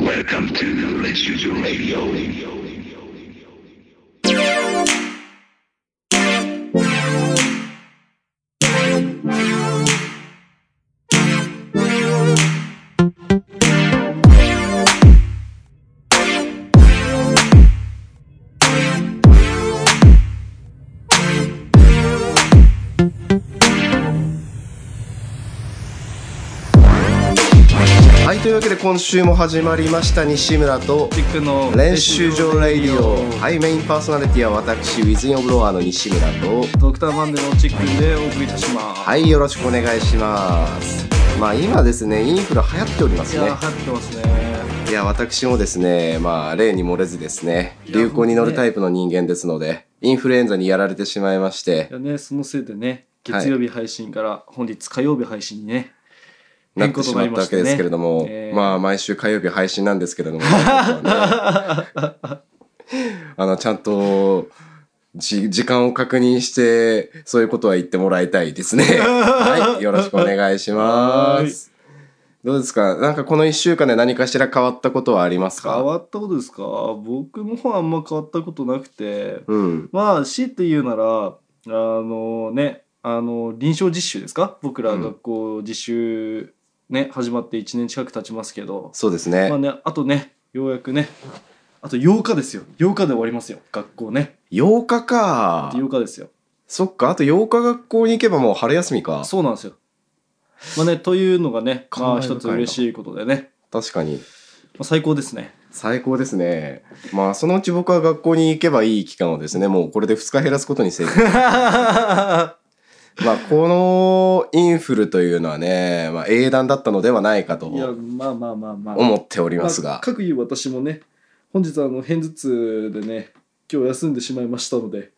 Welcome to the Let's Use Your Radio. はいというわけで今週も始まりました西村とチックの練習場レイディオははいメインパーソナリティは私ウィズインオブロワーの西村といドクターマンデーのチックンでお送りいたします、はいよろしくお願いしますまあ今ですねインフル流行っておりまいすやーね流行ってますねいや私もですねまあ例に漏れずですね流行に乗るタイプの人間ですのでインフルエンザにやられてしまいましていやねそのせいでね月曜日配信から本日火曜日配信にねなってしまったわけですけれども、変更となりましたねえーまあ毎週火曜日配信なんですけれ ども、本当はねあの、ちゃんと、じ、時間を確認して、そういうことは言ってもらいたい ですね。はい。よろしくお願いします。どうですかなんかこの一週間で何かしら変わったことはあります変かわったことですか僕の方はあんま変わったことなくてうん。まあ強いて言うならあのねあの臨床実習ですか僕ら学校実習ね、始まって1年近く経ちますけどそうですねまあ。ねあとねようやくねあと8日ですよ8日で終わりますよ学校ね8日か。 8日ですよそっか。あと8日学校に行けばもう春休みか。そうなんですよまあねというのがねま感あ慨深い一なつ嬉しいことでね、確かに。まあ、最高ですね最高ですね。まあ、そのうち僕は学校に行けばいい期間をですね、もうこれで2日減らすことに成 功。まあ、このインフルというのはね、まあ、英断だったのではないかといや思まあまあまあまあっておりますが。各言う私もね本日あの片頭痛でね今日休んでしまいました ので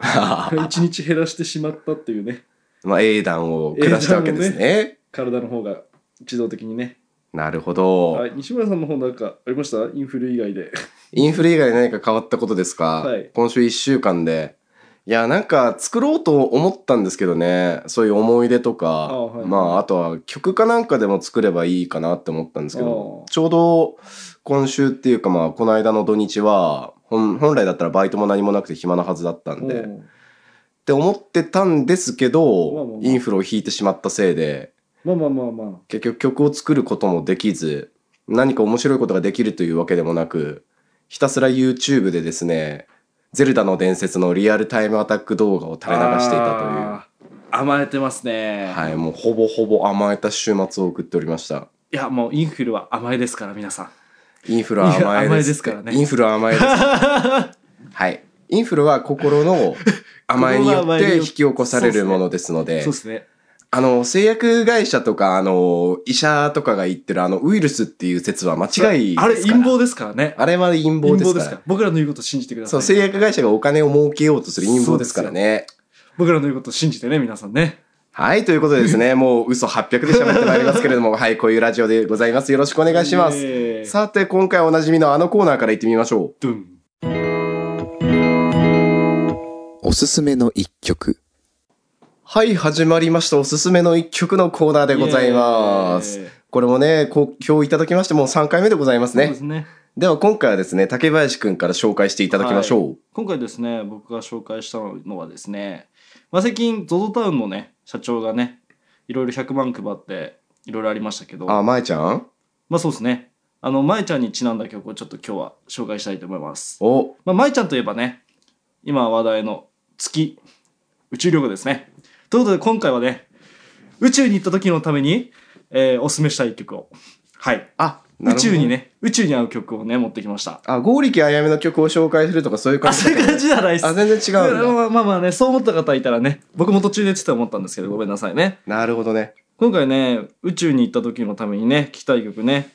一日減らしてしまったっていうねまあ、英断を下したわけですね。体の方が自動的にねなるほど、はい西村さんの方なんかありましたインフル以外でインフル以外で何か変わったことですか、はい今週1週間で。いや、なんか作ろうと思ったんですけどね、そういう思い出とか、あはいまあ、あとは曲かなんかでも作ればいいかなって思ったんですけどあ、ちょうど今週っていうかまあ、この間の土日は、本本来だったらバイトも何もなくて暇なはずだったんで、おうって思ってたんですけまあまあどま、あインフルを引いてしまったせいで、まあまあまあまあ結局曲を作ることもできず、何か面白いことができるというわけでもなく、ひたすら YouTube でですね、ゼルダの伝説のリアルタイムアタック動画を垂れ流していたという。あー甘えてますね、はい、もうほぼほぼ甘えた週末を送っておりました。い、やもうインフルは甘えですから皆さんインフルは甘えです。いや甘えですからねインフルは甘え です。はい。インフルは心 の甘えによって引き起こされるものですのでそうで、すねあの、製薬会社とか、あの、医者とかが言ってるあの、ウイルスっていう説は間違いですから。あれ陰謀ですからねあれは陰陰謀で謀すでから。すから僕らの言うことを信じてくだそう、さ製い、ね、薬会社がお金を儲けようとする陰謀ですからね。僕らの言うことを信じてね皆さんねはい、ということでですね、もう嘘800で喋ってまいりますけれど も、はい、こういうラジオでございます。よろしくお願いしまイエす。ーイさて、今回おなじみのあのコーナーから行ってみましょう。ドゥンおすすめの一曲。はい、始まりました。おすすめの一曲のコーナーでございますイエーイ。これもね、好評いただきまして、もう3回目でございますそうでねす。ねでは今回はですね、竹林くんから紹介していただきましょう。今回ですね僕が紹介したのはですね、まあ、最近 ZOZO タウンのね社長がねいろいろ100万配っていろいろありましたけどあ、まえちゃんまあそうですねあの舞ちゃんにちなんだ曲をちょっと今日は紹介したいと思いますお、まあ、舞ちゃんといえばね、今話題の月、宇宙旅行ですね。ということで今回はね、宇宙に行った時のために、えーおすすめしたい曲を。はい。あ、宇宙にね。ね、宇宙に合う曲をね、持ってきました。あ、剛力あやめの曲を紹介するとかそういう感あ、じそういう感じじゃないです。あ全然違うんだまあまあまあね、そう思った方いたらね、僕も途中でちょっと思ったんですけど、ごめんなさいね。なるほどね。今回ね、宇宙に行った時のためにね、聴きたい曲ね。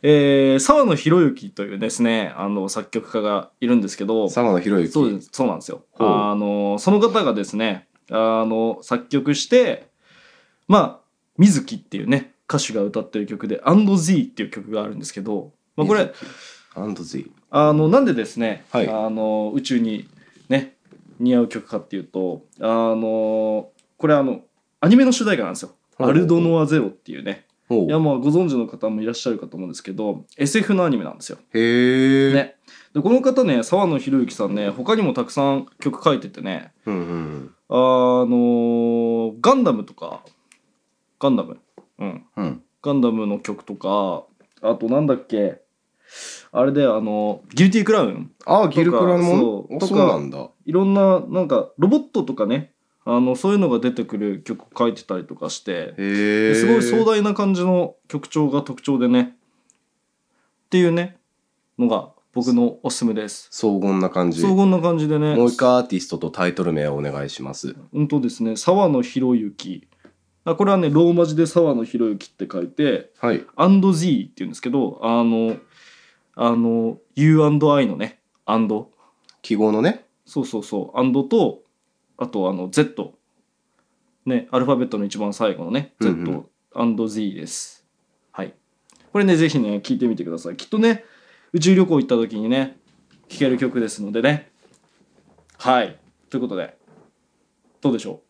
えー、沢野博之というですね、あの、作曲家がいるんですけど、沢野博之。そうですそうなんですよ。ほうあのその方がですねあの作曲してまあ水木っていうね歌手が歌ってる曲で「&Z」っていう曲があるんですけど、まあ、これアンドズイ。あのなんでですね、はいあの宇宙にね似合う曲かっていうとあのこれあのアニメの主題歌なんですよ「ほうアルドノアゼロ」っていうねほいやう。まあご存知の方もいらっしゃるかと思うんですけど SF のアニメなんですよ。へえ。。ね、でこの方ね沢野博之さんね他にもたくさん曲書いててねうんうんあのガンダムとかガンダムうんうん。うん。ガンダムの曲とかあとなんだっけあれであのギルティクラウンああ、ギルクラのそうあとかそうなんだ。いろんななんかロボットとかねあのそういうのが出てくる曲書いてたりとかしてへえ。すごい壮大な感じの曲調が特徴でねっていうねのが僕のおすすめです荘厳な感じ。荘も厳な感じでねう一回アーティストとタイトル名をお願いします。本当ですね沢野博之あこれはねローマ字で沢野博之って書いてはい。 「and z」っていうんですけどあのあの「u&i」のね「and」記号のね。そうそうそう「and」とあとあの「z」ねアルファベットの一番最後のね「うん z うん」 「z」ですはいこれねぜひね聞いてみてくださいきっとね宇宙旅行行った時にね聴ける曲ですのでねはいということでどうでしょ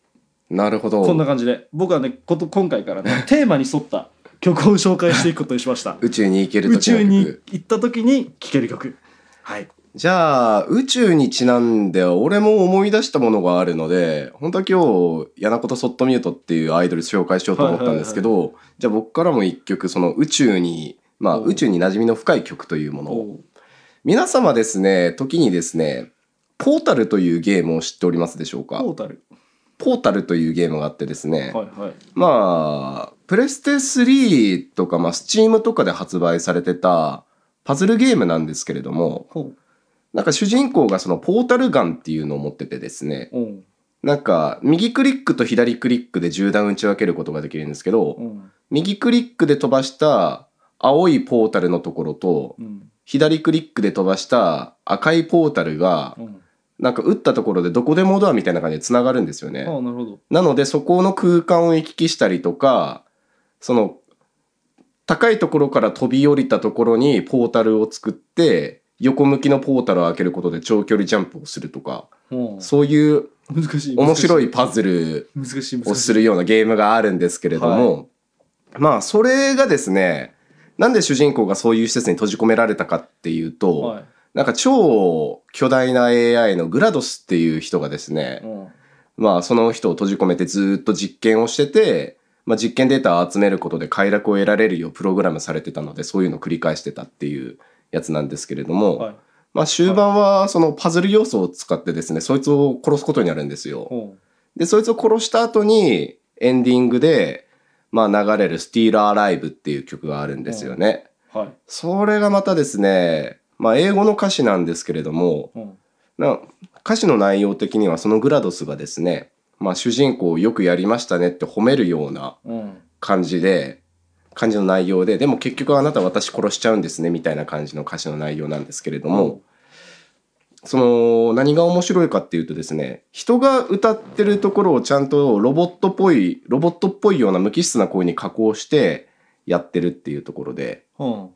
うなるほど。こんな感じで僕はねこと今回か らねテーマに沿った曲を紹介していくことにしました宇宙に行ける宇時の宙曲に行った時に聴ける曲はいじゃあ、宇宙にちなんで、俺も思い出したものがあるので、本当は今日、やなことそっとミュートっていうアイドル紹介しようと思ったんですけど、じゃあ僕からも一曲、その宇宙に、まあおう宇宙に馴染みの深い曲というものを。お皆様ですね、時にですね、ポータルというゲームを知っておりますでしょうかポータルポータルというゲームがあってですね、はいはいまあ、プレステ3とか、まあ、スチームとかで発売されてたパズルゲームなんですけれども、ほなんか主人公がそのポータルガンっていうのを持っててですね、ううんなんか右クリックと左クリックで銃弾打ち分けることができるんですけうど、ん右クリックで飛ばした青いポータルのところと、うん左クリックで飛ばした赤いポータルがう、んなんか打ったところでどこでもドアみたいな感じで繋がるんですよあね。あなるほどなのでそこの空間を行き来したりとか、その高いところから飛び降りたところにポータルを作って、横向きのポータルを開けることで長距離ジャンプをするとか、ほそういうう難しい難しい面白いパズル難しい難しいをするようなゲームがあるんですけれども、まあそれがですね、なんで主人公がそういう施設に閉じ込められたかっていうと、はいなんか超巨大な AI のグラドスっていう人がですね、うんまあその人を閉じ込めてずーっと実験をしてて、まあ実験データを集めることで快楽を得られるようプログラムされてたので、そういうのを繰り返してたっていうやつなんですけれども、はいまあ終盤はそのパズル要素を使ってですね、そいつを殺すことになるんですよ。ほで、そいつを殺した後にエンディングで、まあ流れるスティーラーライブっていう曲があるんですよね。うはいそれがまたですね、まあ英語の歌詞なんですけれども、うんな歌詞の内容的にはそのグラドスがですね、まあ、主人公をよくやりましたねって褒めるようなうん感じで感じの内容ででも結局あなた私殺しちゃうんですねみたいな感じの歌詞の内容なんですけれども、その何が面白いかっていうとですね人が歌ってるところをちゃんとロボットっぽいロボットっぽいような無機質な声に加工してやってるっていうところで。うん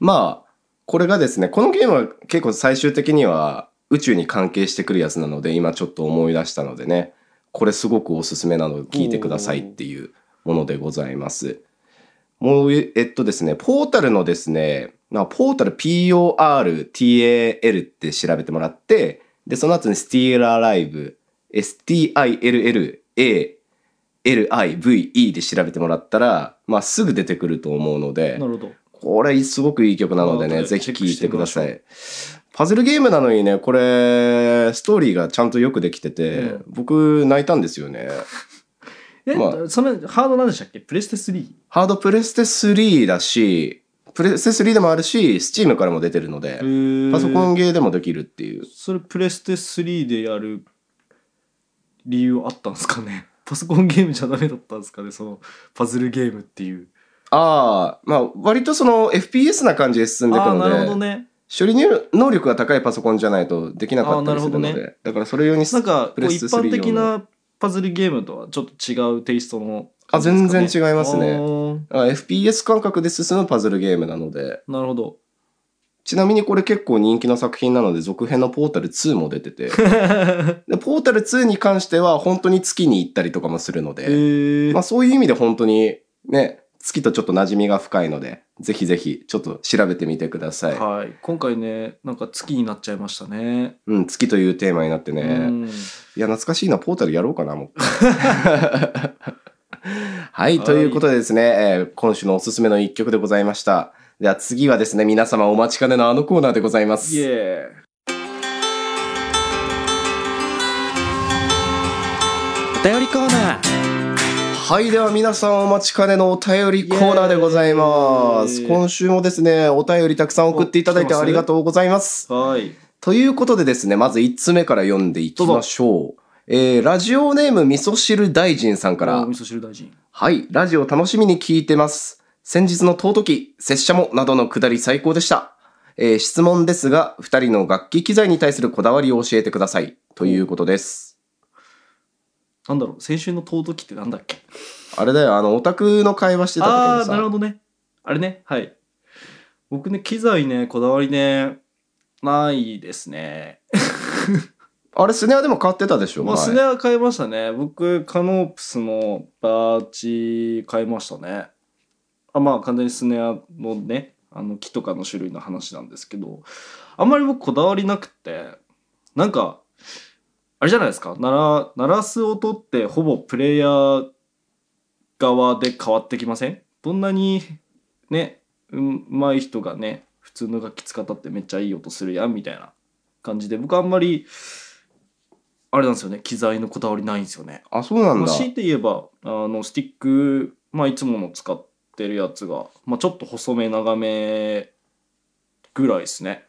まあ、これがですね、このゲームは結構最終的には宇宙に関係してくるやつなので、今ちょっと思い出したのでね、これすごくおすすめなので聞いてくださいっていうものでございます。もう、ええっとですね、ポータルのですね、まあポータル PORTAL って調べてもらって、で、その後にスティーラーライブ、STILLA、LIVE で調べてもらったら、まあ、すぐ出てくると思うので、なるほどこれすごくいい曲なのであね、後でぜひ聴いてくださチェい。パズルゲームなのにね、これ、ストーリーがちゃんとよくできてて、うん僕泣いたんですよね。えまそのハードなんでしたっけプレステ3ハードプレステ3だし、プレステ3でもあるし、Steam からも出てるので、パパソコンゲーでもできるっていう。それプレステ3でやる理由あったんですかね パソコンゲームじゃダメだったんですかねそのパズルゲームっていうああ、まあ、割とその FPS な感じで進んでいくああのなるほで、どね処理能力が高いパソコンじゃないとできなかったりするのあーなるで、ほどだからそれ用になんかこプレうス一テ3般的用なパズルゲームとはちょっと違うテイストのあ全然感じですか違いますねあーあ FPS 感覚で進むパズルゲームなので、なるほ どちなみにこれ結構人気の作品なので続編のポータル2も出て てでポータル2に関しては本当に月に行ったりとかもするのえで、ーまあ、そういう意味で本当にね月とちょっと馴染みが深いので、ぜひぜひちょっと調べてみてください。はい、今回ねなんか月になっちゃいましたね。うん、月というテーマになってね。うんいや、懐かしいな、ポータルやろうかな、 もう。はい、ということでですね、えー今週のおすすめの一曲でございました。では次はですね、皆様お待ちかねのあのコーナーでございまイエす。ーはい、では皆さんお待ちかねのお便りコーナーでございまイエーす。イ今週もですね、お便りたくさん送っていただいてありがとうございます。はい。ということでですね、まず1つ目から読んでいきましょう。えー、ラジオネーム味噌汁大臣さんから。お味噌汁大臣。はい、ラジオ楽しみに聞いてます。先日の尊き、拙者もなどのくだり最高でした。えー質問ですが、二人の楽器機材に対するこだわりを教えてください。ということです。なんだろう先週の尊きってなんだっけ。あれだよ、あの、オタクの会話してた時あにあーなるさ、ほどね。あれねはい。僕ね機材ねこだわりねないですね。あれスネアでも買ってたでしょ、まあ前スネア買いましたね。僕カノープスのバーチ買いましたね。あまあ完全にスネアのねあの木とかの種類の話なんですけどあんまり僕こだわりなくてなんかあれじゃないですか鳴ら鳴らす音ってほぼプレイヤー側で変わってきませんどんなにねうんうまい人がね普通の楽器使ったってめっちゃいい音するやんみたいな感じで僕あんまりあれなんですよね機材のこだわりないんですよね。あ、そうなんまあだ。強いて言えばあのスティック、まあ、いつもの使ってるやつが、まあ、ちょっと細め長めぐらいですね。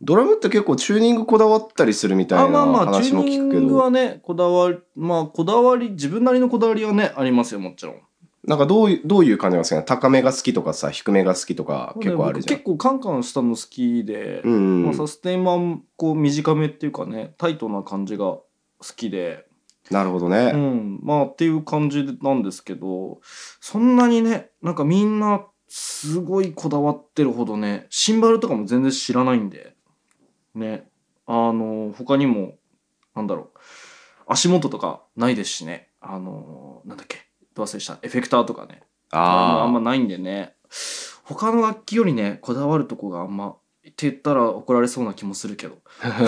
ドラムって結構チューニングこだわったりするみたあいなまあまあ話チュもーニ聞ンくけグど、はねこだわりまあこだわり自分なりのこだわりはねありますよもちろん。なんかどういう、どういう感じなんですかね高めが好きとかさ、低めが好きとか結構あるじゃん僕。結構カンカンしたの好きで、うんうまあ、んサ。ステイマンこう短めっていうかねタイトな感じが好きでなるほどね。うん、まあっていう感じなんですけどそんなにねなんかみんなすごいこだわってるほどねシンバルとかも全然知らないんでねあの他にもなんだろう足元とかないですしねあのなんだっけ忘れしたエフェクターとかねあんま あないんでね他の楽器よりねこだわるとこがあんまって言ったら怒られそうな気もするけど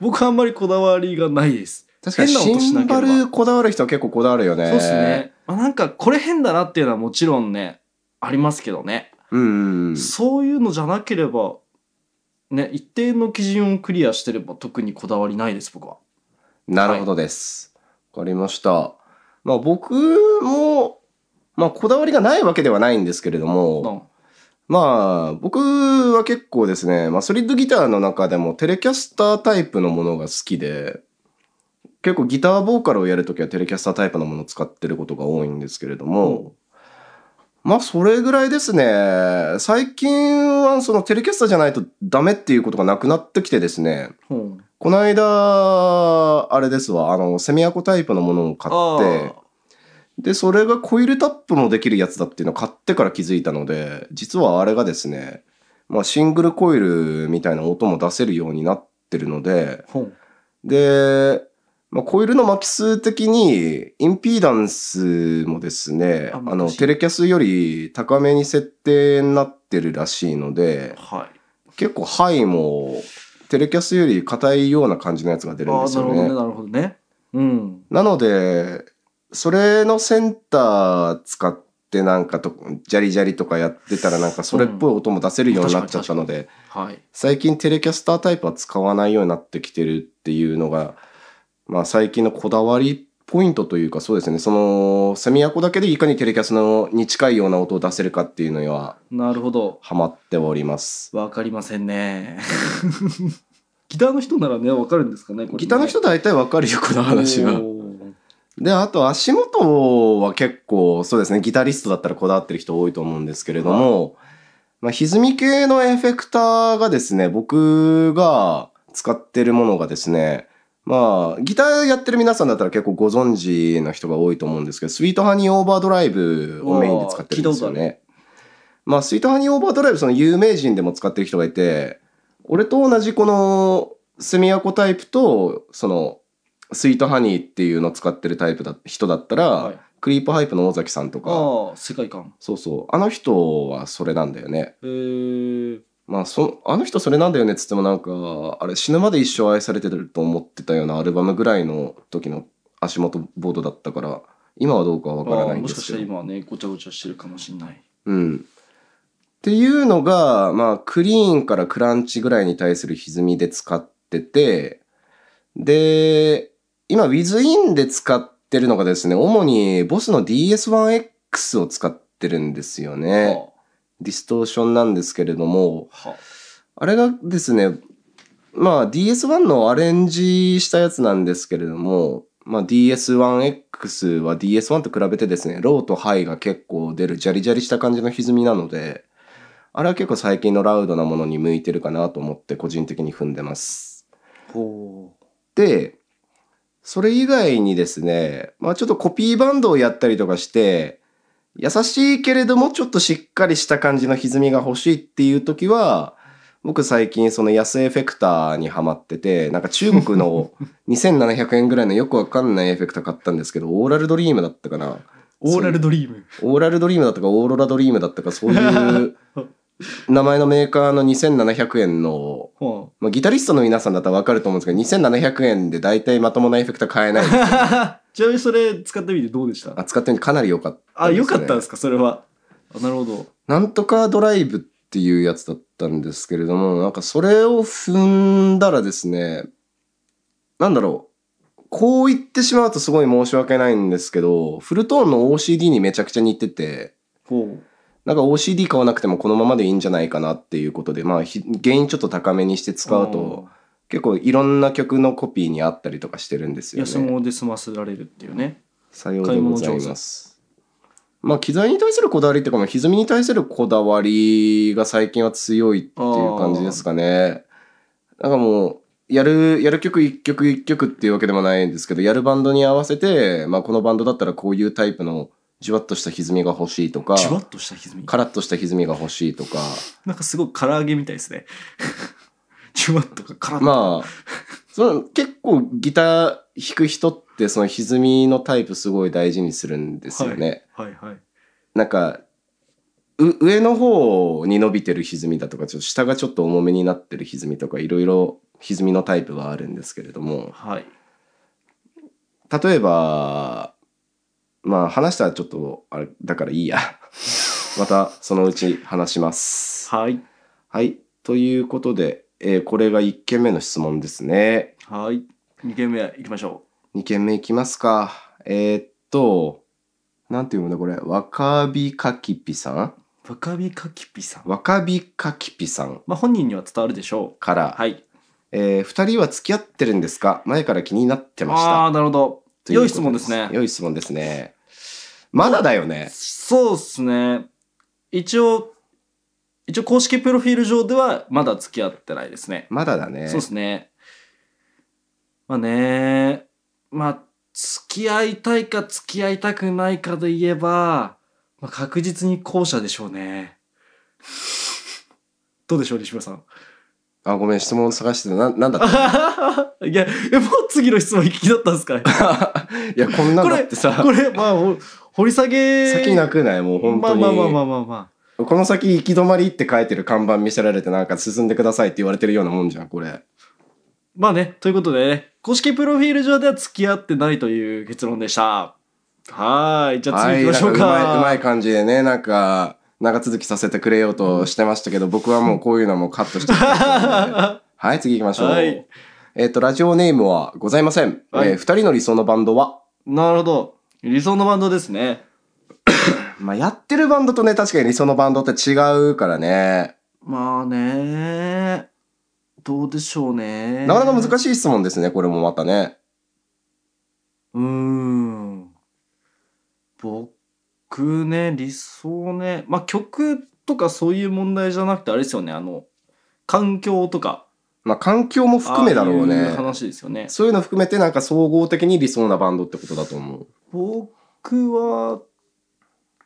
僕はあんまりこだわりがないですあ。確かに変な音シしなンけれバばルこだわる人は結構こだわるよね。そうですね。まあ、なんかこれ変だなっていうのはもちろんね、ありますけどね。うんうんうん。そういうのじゃなければ、ね、一定の基準をクリアしてれば特にこだわりないです、僕は。なるほどです。わ、かりました。まあ僕も、まあこだわりがないわけではないんですけれどうも、んまあ僕は結構ですね、まあソリッドギターの中でもテレキャスタータイプのものが好きで、結構ギターボーカルをやるときはテレキャスタータイプのものを使ってることが多いんですけれども、まあそれぐらいですね、最近はそのテレキャスターじゃないとダメっていうことがなくなってきてですね、うんこの間、あれですわ、あの、セミアコタイプのものを買って、で、それがコイルタップもできるやつだっていうのを買ってから気づいたので、実はあれがですね、まあシングルコイルみたいな音も出せるようになってるので、あーうんで、まあ、コイルの巻き数的に、インピーダンスもですね、ああ難の、しいテレキャスより高めに設定になってるらしいので、はい。結構ハイもテレキャスより硬いような感じのやつが出るんああ、なでるすほよね。どね、ななるほどね。うん。ので、それのセンター使ってなんかと、ジャリジャリとかやってたらなんかそれっぽい音も出せるようになっちゃったので、はい。最近テレキャスタータイプは使わないようになってきてるっていうのが、まあ最近のこだわりポイントというかそうですね、そのセミアコだけでいかにテレキャスのに近いような音を出せるかっていうのにはなるほど。ハマっております。わかりませんね。 ギターの人ならね、わかるんですかね、これねギターの人大体わかるよ、この話は。おーで、あと足元は結構、そうですね、ギタリストだったらこだわってる人多いと思うんですけれども、まあ、歪み系のエフェクターがですね、僕が使ってるものがですね、まあ、ギターやってる皆さんだったら結構ご存知の人が多いと思うんですけど、スイートハニーオーバードライブをメインで使ってるんですよおーね。まあ、スイートハニーオーバードライブ、その有名人でも使ってる人がいて、俺と同じこのセミアコタイプと、その、スイートハニーっていうのを使ってるタイプだ人だったら、はいクリープハイプの尾崎さんとか、ああ世界観そうそう、あの人はそれなんだよね。へえまあ、そあの人それなんだよねっつってもなんかあれ死ぬまで一生愛されてると思ってたようなアルバムぐらいの時の足元ボードだったから今はどうかは分からないんもでしかすしけたどら今はねごちゃごちゃしてるかもしれないうん。っていうのが、まあ、クリーンからクランチぐらいに対する歪みで使ってて、で、今、ウィズインで使ってるのがですね、主にボスの DS1X を使ってるんですよね。はディストーションなんですけれども、あはあれがですね、まあ DS1 のアレンジしたやつなんですけれども、まあ DS1X は DS1 と比べてですね、ローとハイが結構出るジャリジャリした感じの歪みなので、あれは結構最近のラウドなものに向いてるかなと思って個人的に踏んでます。あほうで、それ以外にですね、まあちょっとコピーバンドをやったりとかして、優しいけれどもちょっとしっかりした感じの歪みが欲しいっていう時は、僕最近その安エフェクターにハマってて、なんか中国の2700円ぐらいのよくわかんないエフェクター買ったんですけど、オーラルドリームだったかな。オーラルドリームオーラルドリームだったかオーロラドリームだったかそういう名前のメーカーの2700円の、はまあ、ギタリストの皆さんだったらわかると思うんですけど、2700円で大体まともなエフェクター買えない。 あちなみにそれ使ってみてどうでした扱ってみてかなり良かったあですねよかったんですかそれはあなるほどなんとかドライブっていうやつだったんですけれども、なんかそれを踏んだらですね、なんだろう。こう言ってしまうとすごい申し訳ないんですけど、フルトーンの OCD にめちゃくちゃ似てて、ほなんか OCD 買わなくてもこのままでいいんじゃないかなっていうことで、まあ、ひ原因ちょっと高めにしてう使うと、結構いろんな曲のコピーにあったりとかしてるんですよね。安物で済ませられるっていうねさようでございます。まあ、機材に対するこだわりっていうか、まあ歪みに対するこだわりが最近は強いっていう感じですかね。なんかもう、やる、やる曲一曲一曲っていうわけでもないんですけど、やるバンドに合わせて、まあ、このバンドだったらこういうタイプのじわっとした歪みが欲しいとか、じわっとした歪みカラッとした歪みが欲しいとか、なんかすごく唐揚げみたいですね じわっとかカラッとまあ、その結構ギター弾く人ってその歪みのタイプすごい大事にするんですよね。はいはいなんか、う上の方に伸びてる歪みだとか、ちょっと下がちょっと重めになってる歪みとか、いろいろ歪みのタイプはあるんですけれども、はい例えば、まあ話したらちょっと、あれ、だからいいや。 またそのうち話します。はいはい。ということで、えーこれが1件目の質問ですね。はい2軒目いきましょ2件目いきますか。えーっと、なんていうんだこれ。わかびかきぴさんう若火かきぴさんわかびかきぴさんまあ本人には伝わるでしょから、うはいえー、2人は付き合ってるんですか前から気になってましああたーなるほどという良ことい質問ですね良い質問ですね。まだだよね。そうですね。一応、一応公式プロフィール上ではまだ付き合ってないですね。まだだね。そうですね。まあね、まあ、付き合いたいか付き合いたくないかで言えば、まあ、確実に後者でしょうね。どうでしょう、西村さん。 あ、ごめん、質問探してた。な、なんだっいや、えもう次の質問聞きだったんで すかね。たいや、こんなこのだれ、ってさこ、れ、まあ、ほ掘り下げ。先なくないもう本ま当あに。まあまあまあまあまあ。この先行き止まりって書いてる看板見せられてなんか進んでくださいって言われてるようなもんじゃん、これ。まあね、ということでね、公式プロフィール上では付き合ってないという結論でした。はーい、じゃあ次行きましょうか。はいなんうまい、うまい感じでね、なんか、長続きさせてくれようとしてましたけど、僕はもうこういうのはもうカットしてくれたの ではい、次行きましょう。はいえっ、と、ラジオネームはございません。はいえー二人の理想のバンドは、なるほど。理想のバンドですね。まあ、やってるバンドとね、確かに理想のバンドって違うからね。まあね、どうでしょうね。なかなか難しい。しい質問ですね、これもまたね。うーん。僕ね、理想ね、まあ曲とかそういう問題じゃなくて、あれですよね、あの、環境とか。まあ、環境も含めだろうああいね。話ですよね。そういうの含めてなんか総合的に理想なバンドってことだと思う。僕は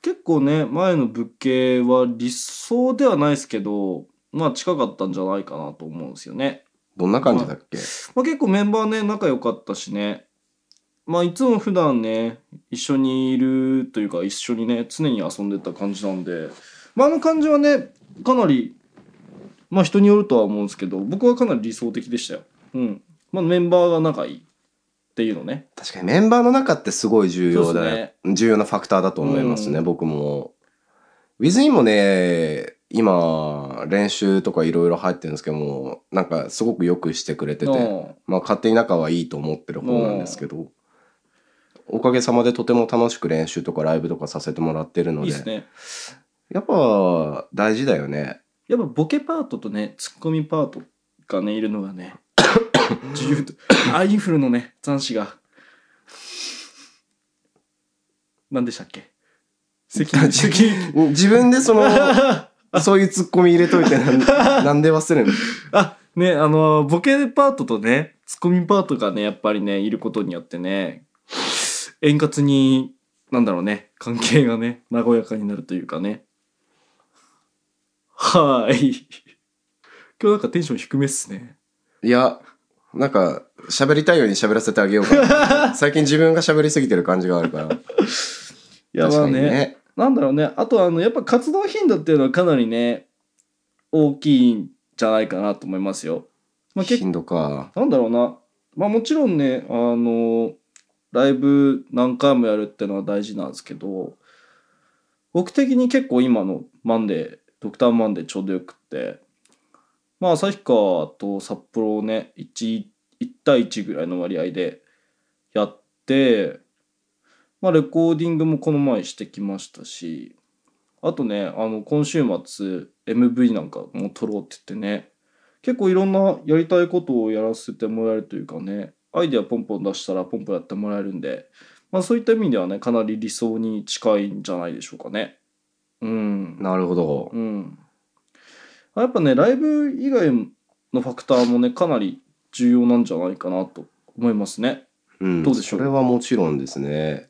結構ね前の物件は理想ではないですけどまあ近かったんじゃないかなと思うんですよね、どんな感じだっけ、まあ、結構メンバーね仲良かったしねまあいつも普段ね一緒にいるというか一緒にね常に遊んでた感じなんで、まあ、あの感じはねかなりまあ人によるとは思うんですけど僕はかなり理想的でしたよ。うんまあ、メンバーが仲いいっていうのね。確かにメンバーの中ってすごい重要だそうね。重要なファクターだと思いますね、う僕も。ウィズインもね、今、練習とかいろいろ入ってるんですけども、なんかすごくよくしてくれてうて、んまあ勝手に仲はいいと思ってる方なんですけど、おかげさまでとても楽しく練習とかライブとかさせてもらってるのいいで、ですね。やっぱ大事だよね。やっぱボケパートとねツッコミパートがねいるのがね自由とあインフルのね残滓が何でしたっけ責任責任自分でそ の、そういうツッコミ入れといてなん、なんで忘れるのあねあのボケパートとねツッコミパートがねやっぱりねいることによってね円滑になんだろうね関係がね和やかになるというかねはーい今日なんかテンション低めっすねいや、なんか、喋りたいように喋らせてあげようか な。最近自分が喋りすぎてる感じがあるから。い確やまあかにねね。なんだろうねあとあのやっぱ活動頻度っていうのはかなりね大きいんじゃないかなと思いますよ。まあ、結頻度か。なんだろうなまあもちろんねあのライブ何回もやるってのは大事なんですけど僕的に結構今のマンデードクターマンデーちょうどよくってまあ旭川と札幌をね 1, 1対1ぐらいの割合でやってまあレコーディングもこの前してきましたしあとねあの今週末 MV なんかも撮ろうって言ってね結構いろんなやりたいことをやらせてもらえるというかねアイデアポンポン出したらポンポンやってもらえるんで、まあ、そういった意味ではねかなり理想に近いんじゃないでしょうかね。うん、なるほどう。ん、やっぱねライブ以外のファクターもねかなり重要なんじゃないかなと思いますね。うん。どうでしょうそれはもちろんですね。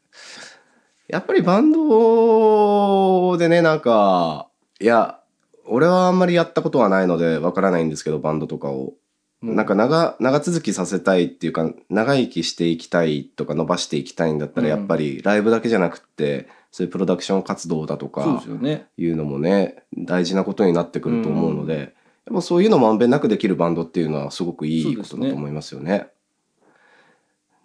やっぱりバンドでね、なんか、いや、俺はあんまりやったことはないのでわからないんですけど、バンドとかを。うなんか長長続きさせたいっていうか長生きしていきたいとか伸ばしていきたいんだったらうやんっぱりライブだけじゃなくってそういうプロダクション活動だとそうでかすよね。いうのもね大事なことになってくると思うので、やっぱそういうのまんべんなくできるバンドっていうのはすごくいいことだと思いますよね。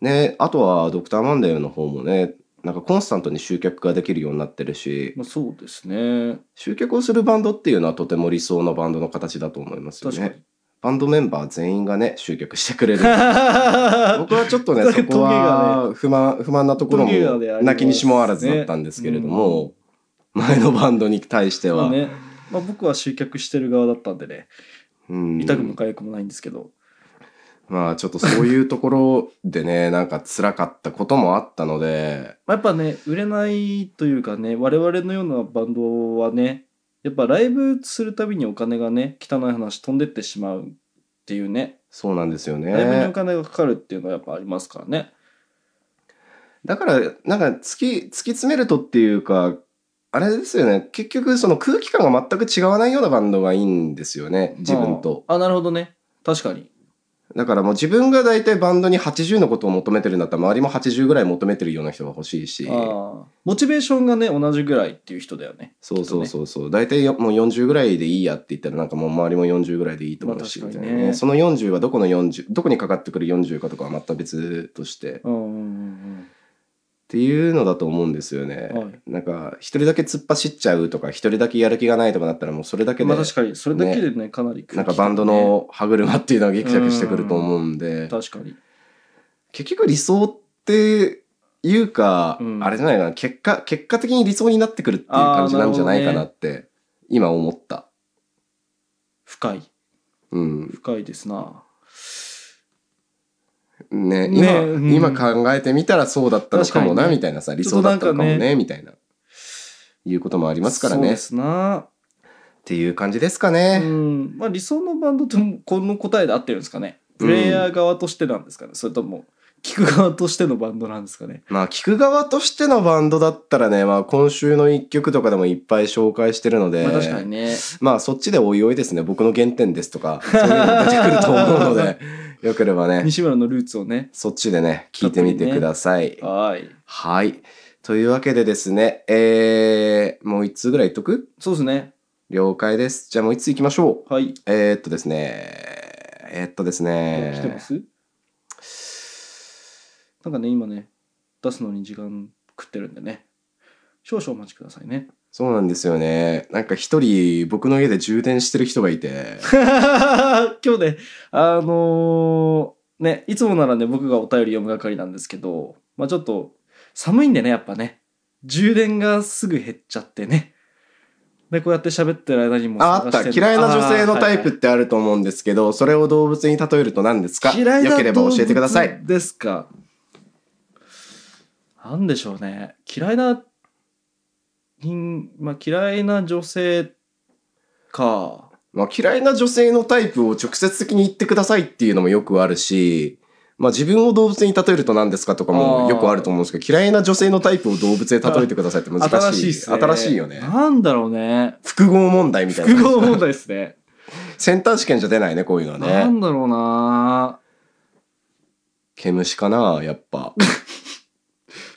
ねあとは「ドクターマンデーの方もねなんかコンスタントに集客ができるようになってるしまあ、そうですね。集客をするバンドっていうのはとても理想のバンドの形だと思いますよ確かねに。。バンドメンバー全員がね、集客してくれる。 僕はちょっとね、トゲそこは不満、不満なところトゲがねありまもす泣きにしもあらずだったんですけれども、前のバンドに対してまあは、ねまあ、僕は集客してる側だったんでねうん痛くも痒くもないんですけど、まあちょっとそういうところでね、 なんか辛かったこともあったので、まあやっぱね売れないというかね我々のようなバンドはねやっぱライブするたびにお金がね汚い話飛んでってしまうっていうね、そうなんですよライブにおね。金がかかるっていうのはやっぱありますからねだから、なんか突き、突き詰めるとっていうか、あれですよね、結局その空気感が全く違わないようなバンドがいいんですよね、自分と。ああなるほどね確かにだからもう自分が大体バンドに80のことを求めてるんだったら周りも80ぐらい求めてるような人が欲しいしあーモチベーションがね同じぐらいっていう人だよねそうそうそうそう大体よもう40ぐらいでいいやって言ったらなんかもう周りも40ぐらいでいいと思うし、まあ確かにみねたいなその40はどこの40どこにかかってくる40かとかはまた別としてっうんうんていうのだと思うんですよね、はいなんか一人だけ突っ走っちゃうとか一人だけやる気がないとかなったらもうそれだうけんで、まあ確かにそれだけでねかなり空気なんかバンドの歯車っていうのがギクシャクしてくると思うんで、ね確かに結局理想っていうか、うんあれじゃないかな結果結果的に理想になってくるっていう感じなんじゃないかなって今思った、深いうん深いですなねね今うん今考えてみたらそうだったのかも確なかにみねたいなさ理想だったのかもちょっねとなみたいないうこともありいますからそうねでっすなていう感じですかうね、んまあ理想のバンドともこの答えで合ってるんですかねプレイヤー側としてなんですかね、それとも聞く側としてのバンドなんですかねまあ聞く側としてのバンドだったらね、まあ、今週の一曲とかでもいっぱい紹介してるので、まあ確かにね まあそっちでおいおいですね、僕の原点ですとか、そういうのが出てくると思うので、よければね、西村のルーツをね。そっちでね、聞いてみてください。はい。はい。というわけでですね、えー、もう1通ぐらい言っとくそうですね。了解です。じゃあもう1通行きましょう。はい。えー、っとですね、えー、っとです来てまね、すなんかね、今ね、出すのに時間食ってるんでね。少々お待ちください ね。そうなんですよね。なんか一人、僕の家で充電してる人がい て、今日ね、あのーね、いつもならね、僕がお便り読む係なんですけど、まあちょっと、寒いんでね、やっぱね、充電がすぐ減っちゃってね。で、こうやって喋ってる間にもああった探してる嫌いな女性のあータイはいプってあると思うんですけど、それを動物に例えると何ですか嫌いなよければ教えてくださ動い。物ですか。なんでしょうね。嫌いな人、まあ嫌いな女性か。まあ、嫌いな女性のタイプを直接的に言ってくださいっていうのもよくあるし、まあ、自分を動物に例えると何ですかとかあーもよくあると思うんですけど、嫌いな女性のタイプを動物で例えてくださいって難しい。新しいっすね。新しいよね。なんだろうね。複合問題みたい複な。合問題ですね。センター試験じゃ出ないね、こういうのはな ね。んだろうな。毛虫かな、やっぱ。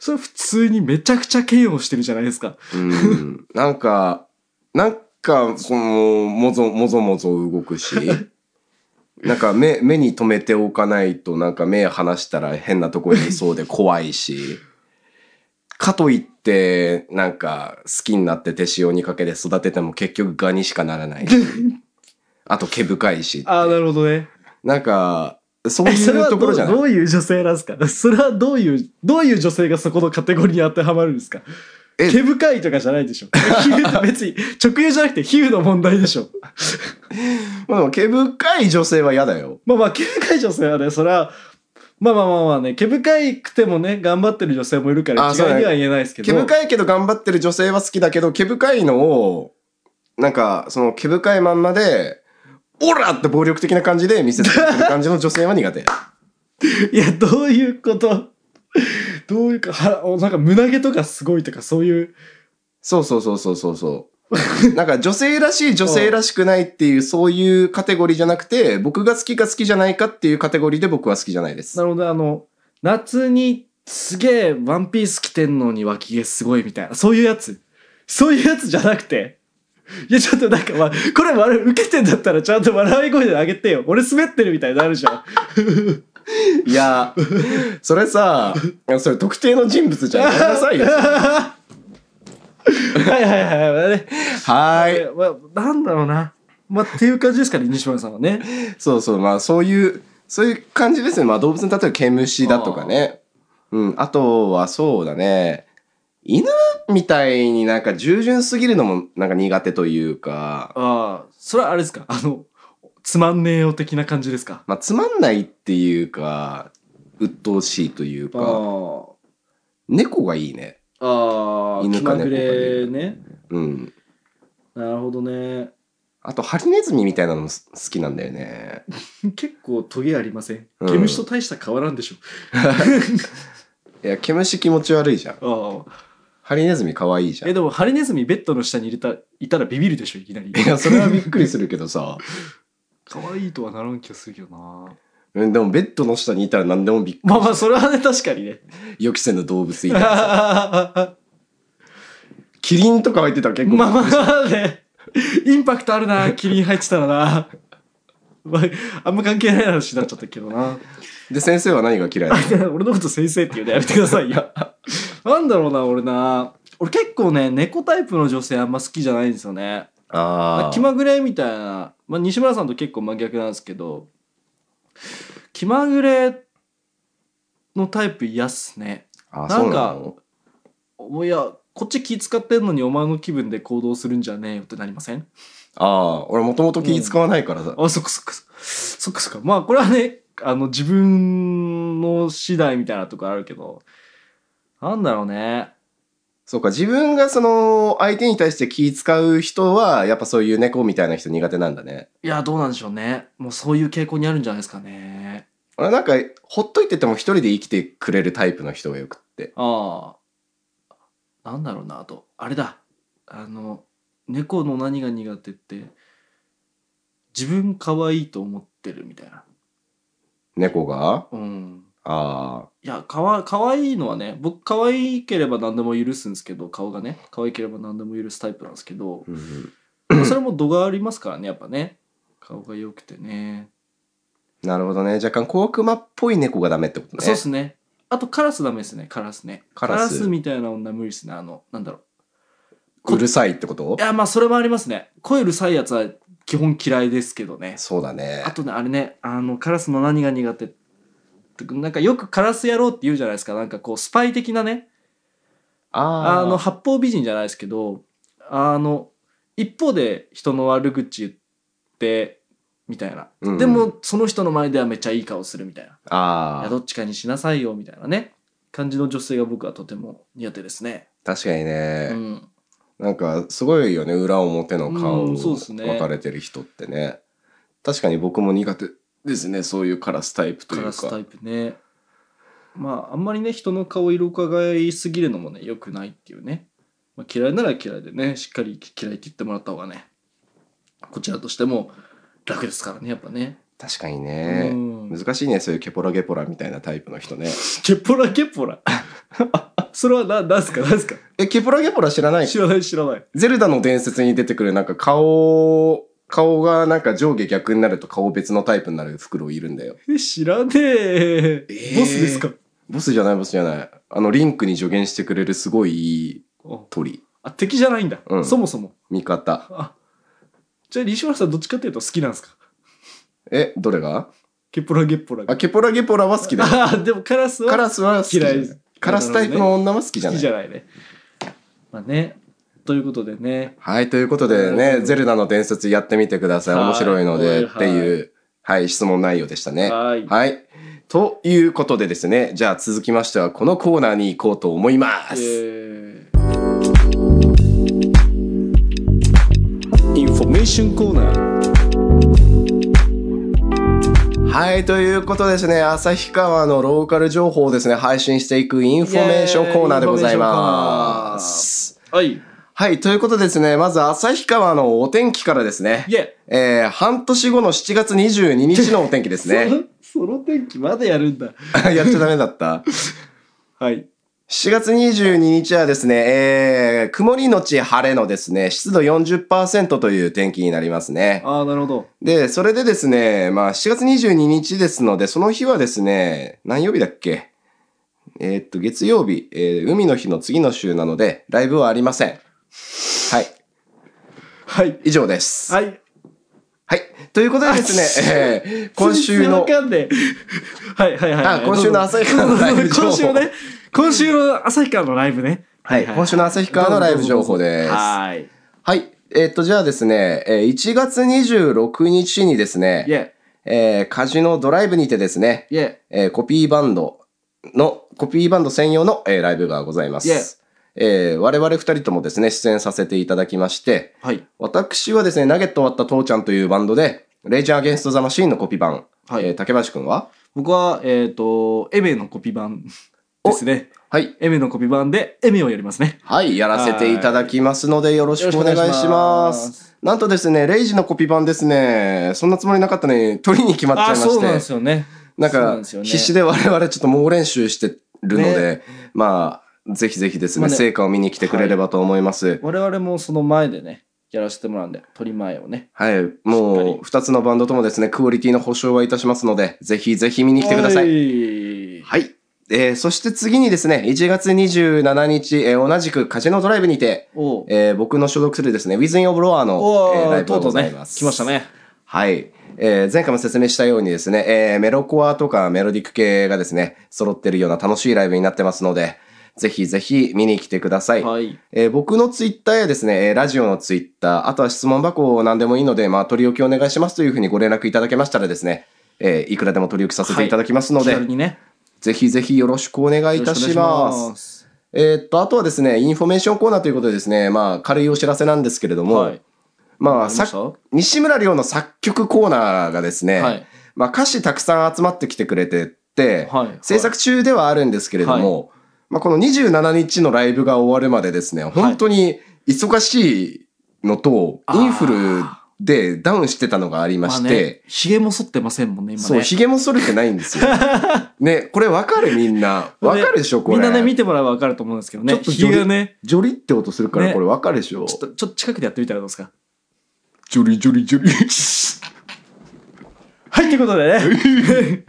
それ普通にめちゃくちゃ嫌悪してるじゃない ですか。うん。なんか、なんか、その、もぞ、もぞもぞ動く し、なんか目、目に留めておかないと、なんか目離したら変なとこにいそうで怖いし、かといって、なんか、好きになって手塩にかけて育てても結局ガにしかなら ないし、あと毛深いし、ああ、なるほどね。なんか、そうえそいれはうどところうじゃないどういう女性なんですかそれはどういう、どういう女性がそこのカテゴリーに当てはまるんですかえ毛深いとかじゃないでしょ。 皮膚って別に直流じゃなくて皮膚の問題でしょ。まあでも毛深い女性は嫌だよ。まあまあ、毛深い女性はね、それは、まあまあまあまあね、毛深くてもね、頑張ってる女性もいるからあ一そうだ概ねには言えないですけど。毛深いけど頑張ってる女性は好きだけど、毛深いのを、なんか、その毛深いまんまで、オラって暴力的な感じで見せてくる感じの女性は苦手。いや、どういうことどういうか、はおなんか胸毛とかすごいとかそういう。 そうそうそうそうそうそう。なんか女性らしい女性らしくないっていうそういうカテゴリーじゃなくて、僕が好きか好きじゃないかっていうカテゴリーで僕は好きじゃないですな。ので、あの、夏にすげえワンピース着てんのに脇毛すごいみたいな、そういうやつ。そういうやつじゃなくて。いや、ちょっとなんか、ま、これ笑う、受けてんだったらちゃんと笑い声であげてよ。俺滑ってるみたいになるじゃん。 いや、 それさ、それ特定の人物じゃやめなさ いよ。 はいはいはいはい。ねはい。まあなんだろうな。まあ、っていう感じですかね、西村さんはね。そうそう、まあそういう、そういう感じですね。まあ動物に例えば毛虫だとかね。うん。あとはそうだね。犬みたいになんか従順すぎるのもなんか苦手というか、ああ、それはあれですか。あの、つまんねえよ的な感じですか。まあつまんないっていうか、鬱陶しいというか、あ猫がいいね。あ犬気かま猫かぐでれね。うん。なるほどね。あとハリネズミみたいなのもす好きなんだよね。結構トゲありません。う毛ん虫と大した変わらんでしょ。いや、毛虫気持ち悪い じゃん。ああ。ハリネズミ可愛いじゃん。え、いでもハリネズミベッドの下に入れた、いたらビビるでしょ、いきなり。や、それはびっくりするけどさ。 可愛いとはならん気がするけどな。うんでもベッドの下にいたら何でもびっくりまあまあ、それはね、確かに ね。予期せぬ動物いたらまあキリンとか入ってたら結構、まあね、インパクトあるな、キリン入ってたらな。まあ、あんま関係ない話になっちゃったけどな。で先生は何が嫌 いなのいや俺のこと先生って言うのやめてくださいよ。なんだろうな、俺な。俺結構ね、猫タイプの女性あんま好きじゃないんですよね。あ気まぐれみたいな、まあ、西村さんと結構真逆なんですけど、気まぐれのタイプ嫌っすね。あなんかそうなのおいや、こっち気使ってんのにお前の気分で行動するんじゃねえよってなりませんああ俺もともと気使わないからさ、あ、そっかそっか。そっかそっか。まあ、これはね、あの、自分の次第みたいなとこあるけど、なんだろうね。そうか自分がその相手に対して気使う人はやっぱそういう猫みたいな人苦手なんだねいや、どうなんでしょうね。もうそういう傾向にあるんじゃないですかね。俺なんかほっといてても一人で生きてくれるタイプの人がよくってああ。なんだろうな、あと。あれだ。あの、猫の何が苦手って、自分可愛いと思ってるみたいな。猫がうんあいやかわかわいいのはね僕可愛ければ何でも許すんですけど顔がね可愛ければ何でも許すタイプなんです けどあ、、うんまあそれも度がありますからねやっぱね顔が良くてねなるほどね。若干小悪魔っぽい猫がダメってことね。そうっすねあとカラスダメですねカラスねカラスみたいな女無理ですねあのなんだろこうるさいってことういやまあそれもありますね声うるさいやつは基本嫌いですけどねそうだねあ。とねあれねあのカラスの何が苦手ってなんかよくカラス野郎って言うじゃないですかなんかこうスパイ的なねああのの、八方美人じゃないですけどあの一方で人の悪口言ってみたいな、うんうんでもその人の前ではめっちゃいい顔するみたいないあやあ、どっちかにしなさいよみたいなね感じの女性が僕はとても苦手ですね、確かにねう。ん、なんかすごいよね裏表の顔うんそう分っすねかれてる人ってね,、確かに僕も苦手ですねそういうカラスタイプといカうラスタかイプねまああんまりね人の顔色を伺いすぎるのもね良くないっていうね、まあ、嫌いなら嫌いでねしっかり嫌いって言ってもらった方がねこちらとしても楽ですからねやっぱね確かにね、うん難しいねそういうケポラゲポラみたいなタイプの人ねケポラケポラ それはななんすかなんすかえケポラゲポラ知らない知らない知らないゼルダの伝説に出てくるなんか顔顔がなんか上下逆になると顔別のタイプになるフクロウいるんだよえ知らねえ、えーボスですかボスじゃないボスじゃないあのリンクに助言してくれるすごいいいあ鳥あ敵じゃないんだ、うんそもそも味方あじゃあ西村さんどっちかっていうと好きなんですかえどれがケポラゲポラあケポラゲポラは好きだ よあーでもカラスはカラスは好きじゃない嫌いカラスタイプの女は好きじゃ好なきい。じゃないねまあねということでねはい、ということでうね、んゼルダの伝説やってみてください。はい面白いので、はいっていう、はい、質問内容でしたね。はいはい。ということでですね、じゃあ続きましてはこのコーナーに行こうと思います。えーインフォメーションコーナーはい、ということでですね、旭川のローカル情報をですね、配信していくインフォメーションコーナーでございます。はいイはい、ということでですね、まず旭川のお天気からですね、ェえー、半年後の7月22日のお天気です ね。そのその天気まだやるんだあ やっちゃダメだった。はい7月22日はですね、えー、曇りのち晴れのですね、湿度40%という天気になりますね。ああなるほどで、それでですね、まあ7月22日ですので、その日はですね、何曜日だっけえーっと、月曜日、えー海の日の次の週なので、ライブはありません。はい、はい以上です。はい。はいということでですね、えー今週の全、然わかんねえはいはいはい、はい、あ今週のどうぞ旭川のライブ情報今週ね今週の旭川のライブねはい、今週の旭川のライブ情報です。はいはい。えっと、じゃあですね、えー1月26日にですイね、ェえーカジノドライブにてですね、イェえーコピーバンドの、コピーバンド専用の、えーライブがございます。えー我々二人ともですね、出演させていただきまして、はい私はですね、ナゲット終わった父ちゃんというバンドで、レイジャー・アゲンスト・ザ・マシーンのコピー版、はいえー竹林くんは僕はえっ、とエメのコピー版おですねはい。エメのコピー版でエメをやりますねはい、やらせていただきますので、よろしくお願いよろしくしお願いま。しますなんとですね、レイジのコピー版ですね、そんなつもりなかったのに、取りに決まっちゃいあまあして。そうなんですよねなんそうなんかですよね必死で我々ちょっと猛練習してるので、まあぜひぜひですね,、まあね成果を見に来てくれればと思います。我々もその前でねやらせてもらうんで取り前をねはい、しっもかう2つのバンドともですねクオリティの保証はいたしますのでぜひぜひ見に来てください。いはい、えーそして次にですね1月27日、えー同じくカジノドライブにて、おうえー僕の所属するですね Within of Roar のお、えーライーブとがうとごうざいねます。来ましたねはい。えー前回も説明したようにですね、えーメロコアとかメロディック系がですね、揃ってるような楽しいライブになってますので、ぜひぜひ見に来てください。はいえー僕のツイッターやですね、えーラジオのツイッター、あとは質問箱何でもいいので、まあ、取り置きお願いしますというふうにご連絡いただけましたらですね、えーいくらでも取り置きさせていただきますので、気軽にねぜひぜひよろしくお願いいたしよろまくお願いすし。すえーっと、あとはですね、インフォメーションコーナーということでですね、まあ、軽いお知らせなんですけれども、はいまあ、ありまさした西村亮の作曲コーナーがですね、はいまあ、歌詞たくさん集まってきてくれてって、はい制作中ではあるんですけれども、まあ、この27日のライブが終わるまでですね、本当に忙しいのと、あーインフルでダウンしてたのがありまして、ね、ひげも剃ってませんもんね、今ね。そう、髭も剃れてないん ですよ。ね、これわかるみんな。わかるでしょ、これ。みんなね、見てもらえば分かると思うんですけどね。ちょっとひげがね、ジョリって音するからねこれわかるでしょ。ちょっと、ちょっと近くでやってみたらどうですか。ジョリジョリジョリ。はい、ということでね。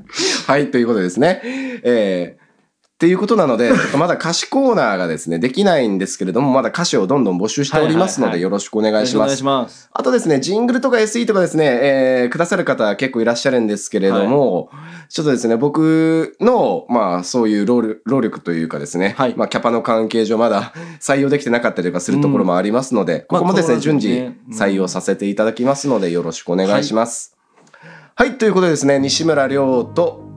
はい、ということですね。えーっていうことなの で、ちょっとまだ歌詞コーナーがですね、できないんですけれども、まだ歌詞をどんどん募集しておりますのはいで、はいはいよろしくお願いしおま願すいし。ます。あとですね、ジングルとか SE とかですね、えーくださる方結構いらっしゃるんですけれども、ちょっとですね、僕の、まあ、そういう労力労力というかですね、はいまあ、キャパの関係上、ま だ採用できてなかったりとかするところもありますので、まこあこもですね、ここは順ね次うん採用させていただきますので、よろしくお願いします。はい、ということでですね、西村亮と、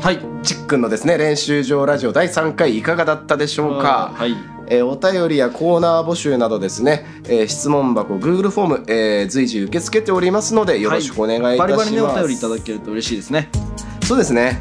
はい。ちっくんのですね、練習場ラジオ第3回いかがだったでしょうか。はい。えーお便りやコーナー募集などですね、えー質問箱 Google フォーム、えー随時受け付けておりますのでよろしくお願いいたします、バリバリね、お便りいただけると嬉しいですね。そうですね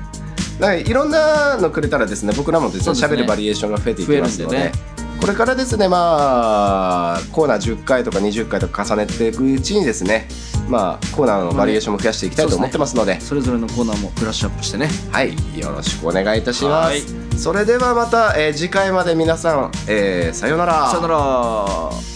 なんかいろんなのくれたらですね僕らもですねそうですね喋、るバリエーションが増えていきますので増えるんでねこれからですねまあコーナー10回とか20回とか重ねていくうちにですねまあコーナーのバリエーションも増やしていきたいと思ってますので,、それぞれのコーナーもブラッシュアップしてね。はいよろしくお願いいたしまはいすそれではまた、えー次回まで皆さん、えーさようさよなら。